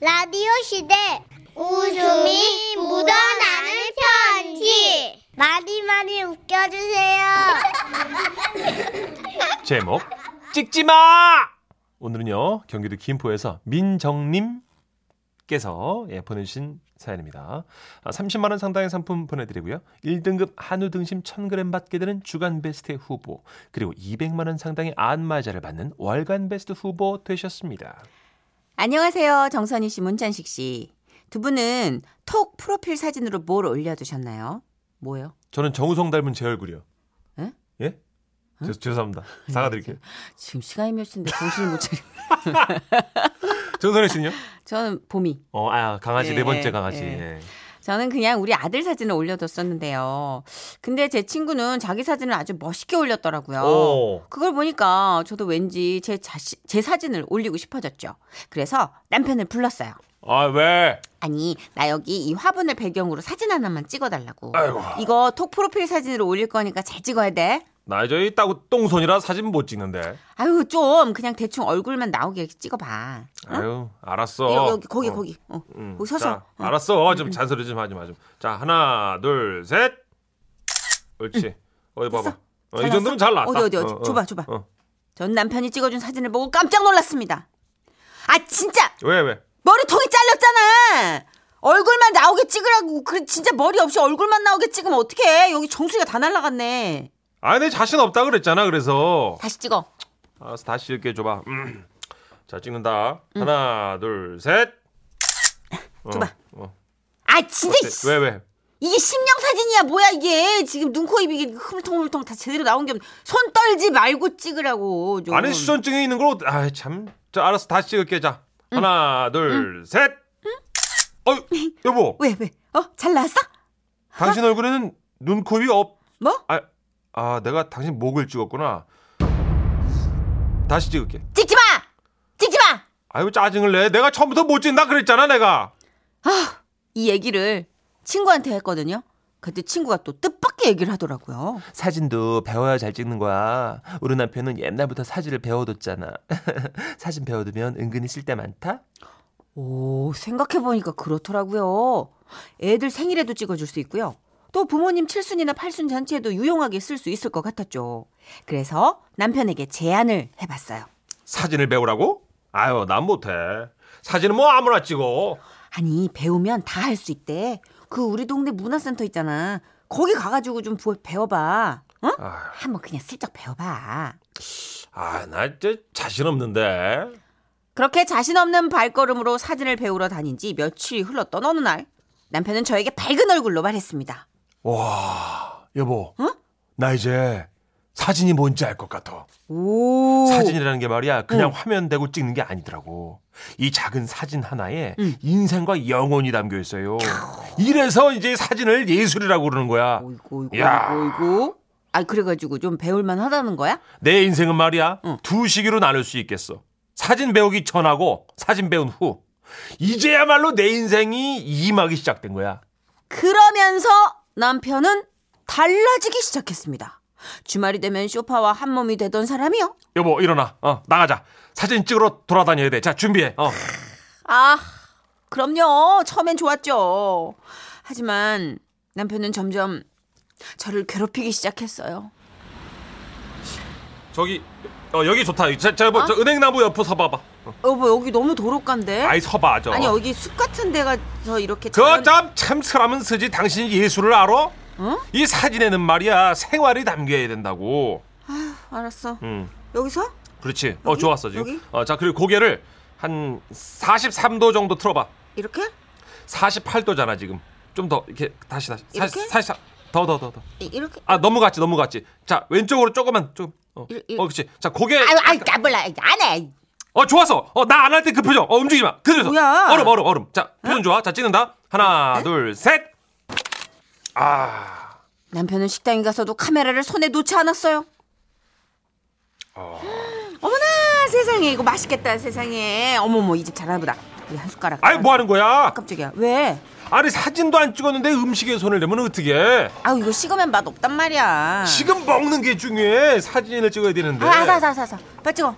라디오 시대 웃음이 묻어나는 편지 많이 많이 웃겨주세요. 제목 찍지 마. 오늘은요 경기도 김포에서 민정님께서 예, 보내주신 사연입니다. 아, 30만 원 상당의 상품 보내드리고요. 1등급 한우 등심 1,000g 받게 되는 주간 베스트 후보 그리고 200만 원 상당의 안마자를 받는 월간 베스트 후보 되셨습니다. 안녕하세요. 정선희 씨, 문찬식 씨. 두 분은 톡 프로필 사진으로 뭘 올려두셨나요? 뭐요? 저는 정우성 닮은 제 얼굴이요. 에? 예? 죄- 죄송합니다. 사과드릴게요. 지금 시간이 몇 시인데 정신을 못 차려. 정선혜 씨는요? 저는 봄이. 어, 아, 강아지 예, 네 번째 예, 강아지. 예. 예. 저는 그냥 우리 아들 사진을 올려뒀었는데요. 근데 제 친구는 자기 사진을 아주 멋있게 올렸더라고요. 오. 그걸 보니까 저도 왠지 제 자신, 제 사진을 올리고 싶어졌죠. 그래서 남편을 불렀어요. 아, 왜? 아니 나 여기 이 화분을 배경으로 사진 하나만 찍어달라고. 아이고. 이거 톡 프로필 사진으로 올릴 거니까 잘 찍어야 돼. 나 이제 있다고 똥손이라 사진 못 찍는데. 아유 좀 그냥 대충 얼굴만 나오게 이렇게 찍어봐. 아유, 알았어. 여기, 여기 거기 어, 거기. 어. 음, 음, 거기 서서. 자, 알았어. 좀 잔소리 좀 하지 마 좀. 자, 하나, 둘, 셋. 옳지. 어디 봐봐. 어, 음. 잘 이 나왔어? 정도면 잘 나왔다. 어디, 어디, 어디? 줘봐, 줘봐. 전 남편이 찍어준 사진을 보고 깜짝 놀랐습니다. 아 진짜 왜 왜? 머리통이 잘렸잖아. 얼굴만 나오게 찍으라고. 그래 진짜 머리 없이 얼굴만 나오게 찍으면 어떡해? 여기 정수리가 다 날라갔네. 아, 내 자신 없다 그랬잖아. 그래서 다시 찍어. 알았어, 다시 이렇게 줘봐. 음. 자, 찍는다. 하나, 둘, 셋. 어, 음. 줘봐. 어. 아 진짜 어때? 왜 왜? 이게 심령 사진이야 뭐야 이게 지금 눈 코 입 이게 흐물통물통 다 제대로 나온 게 없. 손 떨지 말고 찍으라고 좀. 안에 수전증이 있는 걸 어- 아, 참. 자, 알았어. 다시 찍을게. 자. 하나, 둘, 셋. 어, 여보. 왜 왜? 어 잘 나왔어? 당신 얼굴에는 눈, 코, 입이 없. 뭐? 아, 아, 내가 당신 목을 찍었구나. 다시 찍을게. 찍지 마. 찍지 마. 아유 짜증을 내. 내가 처음부터 못 찍는다 그랬잖아 내가. 이 얘기를 친구한테 했거든요. 그때 친구가 또 뜻밖의 얘기를 하더라고요. 사진도 배워야 잘 찍는 거야. 우리 남편은 옛날부터 사진을 배워뒀잖아. 사진 배워두면 은근히 쓸 때 많다. 오, 생각해보니까 그렇더라고요. 애들 생일에도 찍어줄 수 있고요. 또 부모님 칠순이나 팔순 잔치에도 유용하게 쓸 수 있을 것 같았죠. 그래서 남편에게 제안을 해봤어요. 사진을 배우라고? 아유 난 못해. 사진은 뭐 아무나 찍어. 아니, 배우면 다 할 수 있대. 그 우리 동네 문화센터 있잖아. 거기 가가지고 좀 부- 배워봐. 어? 아유, 한번 그냥 슬쩍 배워봐. 아나 이제 자신 없는데. 그렇게 자신 없는 발걸음으로 사진을 배우러 다닌 지 며칠이 흘렀던 어느 날 남편은 저에게 밝은 얼굴로 말했습니다. 와 여보. 나 이제 사진이 뭔지 알 것 같아. 오 사진이라는 게 말이야 그냥 화면 대고 찍는 게 아니더라고 이 작은 사진 하나에 인생과 영혼이 담겨 있어요 이래서 이제 사진을 예술이라고 그러는 거야 오이고 오이고 야. 오이고 오이고. 아 그래가지고 좀 배울만 하다는 거야? 내 인생은 말이야 응. 두 시기로 나눌 수 있겠어 사진 배우기 전하고 사진 배운 후 이제야말로 내 인생이 임하기 시작된 거야 그러면서 남편은 달라지기 시작했습니다. 주말이 되면 쇼파와 한 몸이 되던 사람이요. 여보 일어나 어 나가자 사진 찍으러 돌아다녀야 돼 자 준비해 어 아 그럼요. 처음엔 좋았죠. 하지만 남편은 점점 저를 괴롭히기 시작했어요. 저기 어 여기 좋다 저, 저, 어? 뭐, 저 은행나무 옆으로 서봐봐 어, 여보 여기 너무 도로가인데. 아이 서봐 저 아니 여기 숲 같은 데가서 그렇죠. 이렇게 자연- 어. 그참참 사람은 쓰지 당신이 예술을 알아? 어? 이 사진에는 말이야 생활이 담겨야 된다고. 아휴, 알았어. 음, 여기서? 그렇지. 어 여기? 좋았어 지금. 여기? 어, 자 그리고 고개를 한 43도 정도 틀어봐. 이렇게? 48도잖아 지금. 좀 더 이렇게 다시 다시. 이렇게? 44. 더더 더 더. 이- 이렇게? 아 너무 갔지 너무 갔지. 자 왼쪽으로 조금만 좀. 어, 이- 이- 어 그렇지. 자 고개. 아유, 아유, 나 몰라. 안 해. 어 좋았어. 어 나 안 할 때 그 표정. 어 움직이지 마. 그대로. 뭐야? 어? 네? 얼음 얼음 얼음. 자 표정 좋아. 자 찍는다. 하나 둘 셋. 아. 남편은 식당에 가서도 카메라를 손에 놓지 않았어요. 어. 어머나 세상에 이거 맛있겠다 세상에 어머머 이 집 잘하나 보다 우리 한 숟가락 아이 뭐 하는 거야? 깜짝이야 왜 아니 사진도 안 찍었는데 음식에 손을 내면 어떻게? 아우 이거 식으면 맛 없단 말이야 지금 먹는 게 중요해. 아, 사진을 찍어야 되는데. 아, 아사 아사 아사 빨리 찍어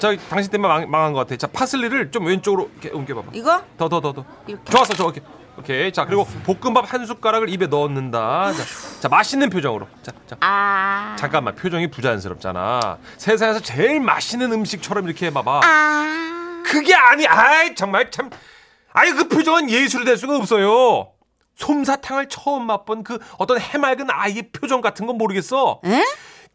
저 당신 때문에 망, 망한 것 같아. 자 파슬리를 좀 왼쪽으로 이렇게 옮겨봐봐. 이거? 더 더 더 더. 이렇게. 좋았어, 좋아. 오케이. 오케이. 자 그리고 볶음밥 한 숟가락을 입에 넣는다. 자, 자 맛있는 표정으로. 자, 자. 아. 잠깐만 표정이 부자연스럽잖아. 세상에서 제일 맛있는 음식처럼 이렇게 해봐봐. 아. 그게 아니, 아이 정말 참. 아이 그 표정은 예술이 될 수가 없어요. 솜사탕을 처음 맛본 그 어떤 해맑은 아이의 표정 같은 건 모르겠어. 에?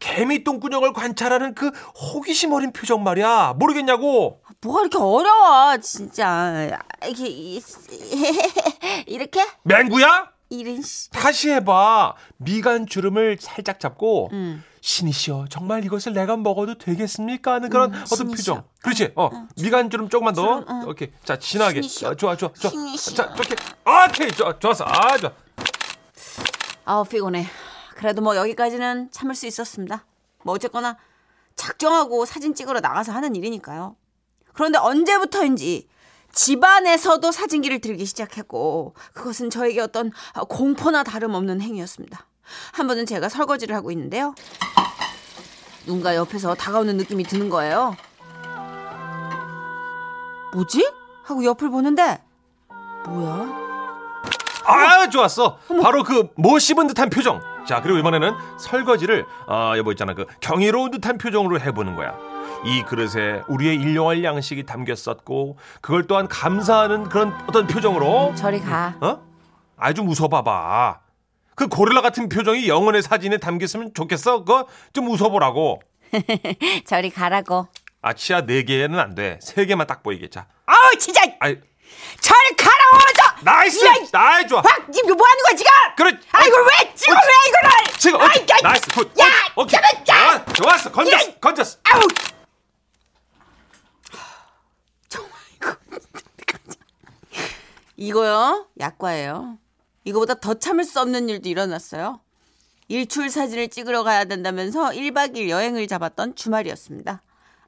개미 똥구녕을 관찰하는 그 호기심 어린 표정 말이야. 모르겠냐고. 뭐가 이렇게 어려워 진짜 아, 이렇게 이- 이렇게 맹구야? 이런 씨. 다시 해봐. 미간 주름을 살짝 잡고 음. 신이시여 정말 이것을 내가 먹어도 되겠습니까 하는 그런 음, 어떤 신이시여. 표정 그렇지 어 미간 주름 조금만 더 주름, 어. 오케이 자 진하게 신이시여. 아, 좋아 좋아 좋아 신이시여. 자 좋게 오케이 좋아 좋았어 아 좋아 아우 피곤해 그래도 뭐 여기까지는 참을 수 있었습니다 뭐 어쨌거나 작정하고 사진 찍으러 나가서 하는 일이니까요 그런데 언제부터인지 집안에서도 사진기를 들기 시작했고 그것은 저에게 어떤 공포나 다름없는 행위였습니다 한 번은 제가 설거지를 하고 있는데요 누군가 옆에서 다가오는 느낌이 드는 거예요 뭐지? 하고 옆을 보는데 뭐야? 아 좋았어 바로 그 못 씹은 듯한 표정 자 그리고 이번에는 설거지를 아 여보 있잖아 그 경이로운 듯한 표정으로 해보는 거야 이 그릇에 우리의 일용할 양식이 담겼었고 그걸 또한 감사하는 그런 어떤 표정으로 저리 가. 어? 아주 웃어봐봐. 그 고릴라 같은 표정이 영혼의 사진에 담겼으면 좋겠어. 그거 좀 웃어보라고. 저리 가라고. 아 치아 네 개는 안 돼. 세 개만 딱 보이게. 자, 아우 진짜 아이 저리 가라고. 저 나이스. 야, 이- 나이 좋아. 확 지금 뭐 하는 거야 지금? 그래. 아 이걸 왜 찍어 왜 이거를? 지금 아이, 오케이. 아이, 나이스 굿. 야, 오, 오케이. 잠깐, 야. 아, 좋았어. 건졌어. 야. 건졌어. 아우. 정말 이거 이거요 약과예요. 이거보다 더 참을 수 없는 일도 일어났어요. 일출 사진을 찍으러 가야 된다면서 1박 2일 여행을 잡았던 주말이었습니다.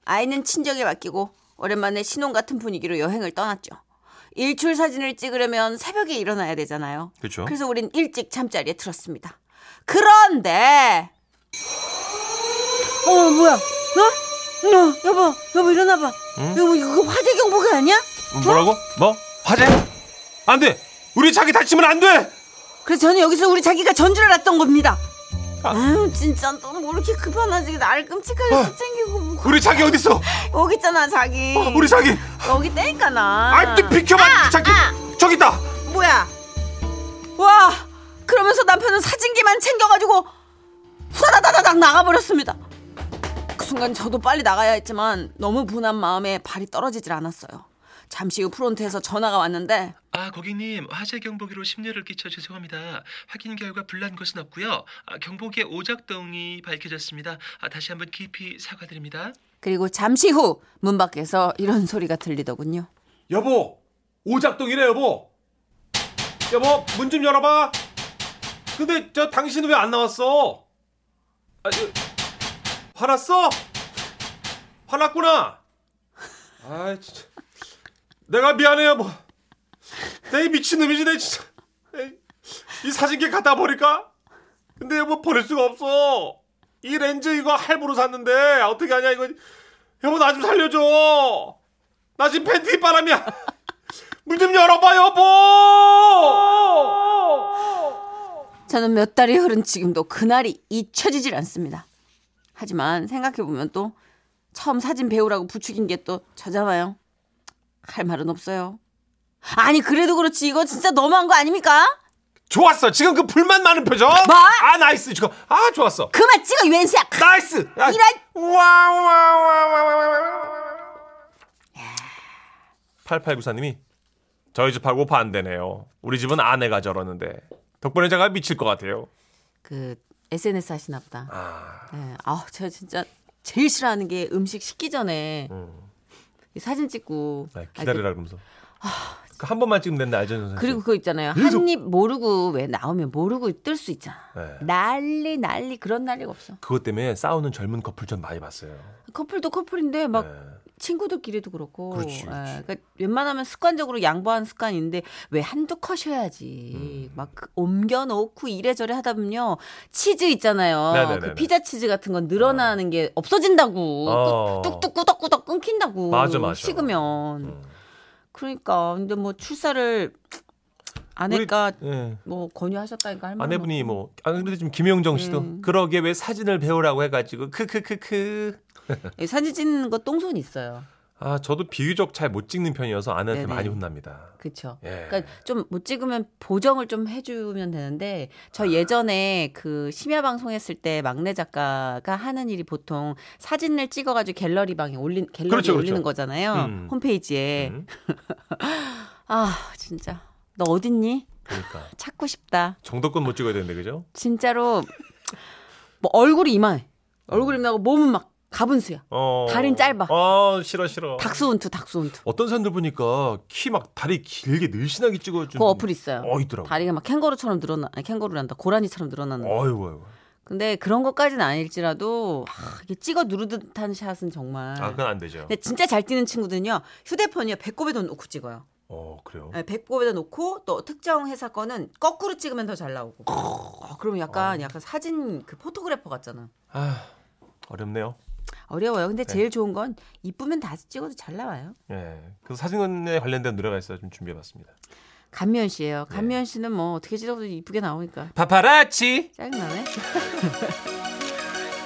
아이는 친정에 맡기고 오랜만에 신혼 같은 분위기로 여행을 떠났죠. 일출 사진을 찍으려면 새벽에 일어나야 되잖아요. 그쵸. 그래서 우린 일찍 잠자리에 들었습니다. 그런데 어 뭐야? 어? 어 여보 여보 일어나봐. 여보 이거 화재 경보가 아니야? 음, 뭐라고? 뭐? 화재? 안 돼. 우리 자기 다치면 안 돼. 그래서 저는 여기서 우리 자기가 전줄 알았던 겁니다. 아유 진짜 또 뭐 이렇게 급하나지 나를 아. 끔찍하게 또 챙기고 뭐. 우리 자기 어디 있어? 여기 있잖아 자기 우리 자기. 여기 떼니까 나 아이 또 비켜봐. 자기 저기 있다. 뭐야 와 그러면서 남편은 사진기만 챙겨가지고 후다다다닥 나가버렸습니다 그 순간 저도 빨리 나가야 했지만 너무 분한 마음에 발이 떨어지질 않았어요 잠시 후 프론트에서 전화가 왔는데 아 고객님 화재 경보기로 심려를 끼쳐 죄송합니다. 확인 결과 불난 것은 없고요. 아, 경보기의 오작동이 밝혀졌습니다. 아, 다시 한번 깊이 사과드립니다. 그리고 잠시 후 문 밖에서 이런 소리가 들리더군요 여보 오작동이래 여보 여보 문 좀 열어봐 근데 저 당신은 왜 안 나왔어 아, 저, 화났어 화났구나 아 진짜 내가 미안해 여보 내이 미친놈이지 내 진짜 에이, 이 사진기 갖다 버릴까 근데 여보 버릴 수가 없어 이 렌즈 이거 할부로 샀는데 어떻게 하냐 이거 여보 나 좀 살려줘 나 지금 팬티 바람이야. 문 좀 열어봐 여보. 저는 몇 달이 흐른 지금도 그날이 잊혀지질 않습니다. 하지만 생각해보면 또 처음 사진 배우라고 부추긴 게 또 저잖아요. 할 말은 없어요. 아니 그래도 그렇지 이거 진짜 너무한 거 아닙니까? 좋았어. 지금 그 불만 많은 표정. 뭐? 아 나이스 지금. 아 좋았어. 그만 찍어 왼수야. 나이스. 아, 이런. 와와와와와. 8894님이 저희 집하고 반대네요. 우리 집은 아내가 저러는데 덕분에 제가 미칠 것 같아요. 그 SNS 하시나 보다. 네. 아, 제가 진짜 제일 싫어하는 게 음식 식기 전에 이 사진 찍고 아, 기다리라 그러면서. 그 한 번만 찍으면 된다 알죠 선생님. 아, 그리고 그거 있잖아요. 계속- 한 입 모르고 왜 나오면 모르고 뜰 수 있잖아. 네. 난리 난리 그런 난리가 없어. 그것 때문에 싸우는 젊은 커플 전 많이 봤어요. 커플도 커플인데 막 네. 친구들끼리도 그렇고. 그렇지, 그렇지. 예, 그러니까 웬만하면 습관적으로 양보한 습관인데 왜 한두 컷 음. 해야지. 막그 옮겨놓고 이래저래 하다 보면요. 치즈 있잖아요. 네네네네. 그 피자 치즈 같은 건 늘어나는 게 없어진다고. 어. 뚝- 뚝뚝 꾸덕꾸덕 끊긴다고. 맞아, 맞아. 식으면. 음. 그러니까 근데 뭐 출사를 아내가 예. 뭐 권유하셨다니까 할 아내분이 뭐, 안 그래도 지금 김영정 씨도 음. 그러게 왜 사진을 배우라고 해가지고 크크크크. 예, 사진 찍는 거 똥손 있어요. 아, 저도 비유적 잘 못 찍는 편이어서 아내한테 네네. 많이 혼납니다. 그렇죠. 예. 그러니까 좀 못 찍으면 보정을 좀 해주면 되는데 저 예전에 그 심야 방송했을 때 막내 작가가 하는 일이 보통 사진을 찍어가지고 갤러리 방에 올린 갤러리 그렇죠, 그렇죠. 올리는 거잖아요 음. 홈페이지에 음, 아 진짜 너 어딨니 그러니까. 찾고 싶다 정도껏 못 찍어야 되는데, 그죠? 진짜로 뭐 얼굴이 이만해 얼굴이 나고 몸은 막 가분수야 어. 다리는 짧아. 아, 싫어, 싫어. 닥스훈트 닥스훈트 어떤 사람들 보니까 키 막 다리 길게 늘씬하게 찍어주는 그 어플 있어요. 어 있더라고. 다리가 음. 막 캥거루처럼 늘어나 아니 캥거루란다 고라니처럼 늘어나는 거. 어이구 어이구. 근데 그런 것까지는 아닐지라도 아, 이게 찍어 누르듯한 샷은 정말 아 그건 안 되죠. 근데 진짜 잘 뛰는 친구들은요 휴대폰이요 배꼽에다 놓고 찍어요 어 그래요. 네, 배꼽에다 놓고 또 특정 회사 거는 거꾸로 찍으면 더 잘 나오고 어, 그럼 약간 약간 사진 그 포토그래퍼 같잖아 아 어렵네요. 어려워요 네. 근데 제일 좋은 건 이쁘면 다 찍어도 잘 나와요 예. 그래서 사진에 관련된 노래가 있어서 좀 준비해봤습니다. 감미연 네. 씨예요 감미연 씨는 뭐 어떻게 찍어도 이쁘게 나오니까 파파라치. 짜증나네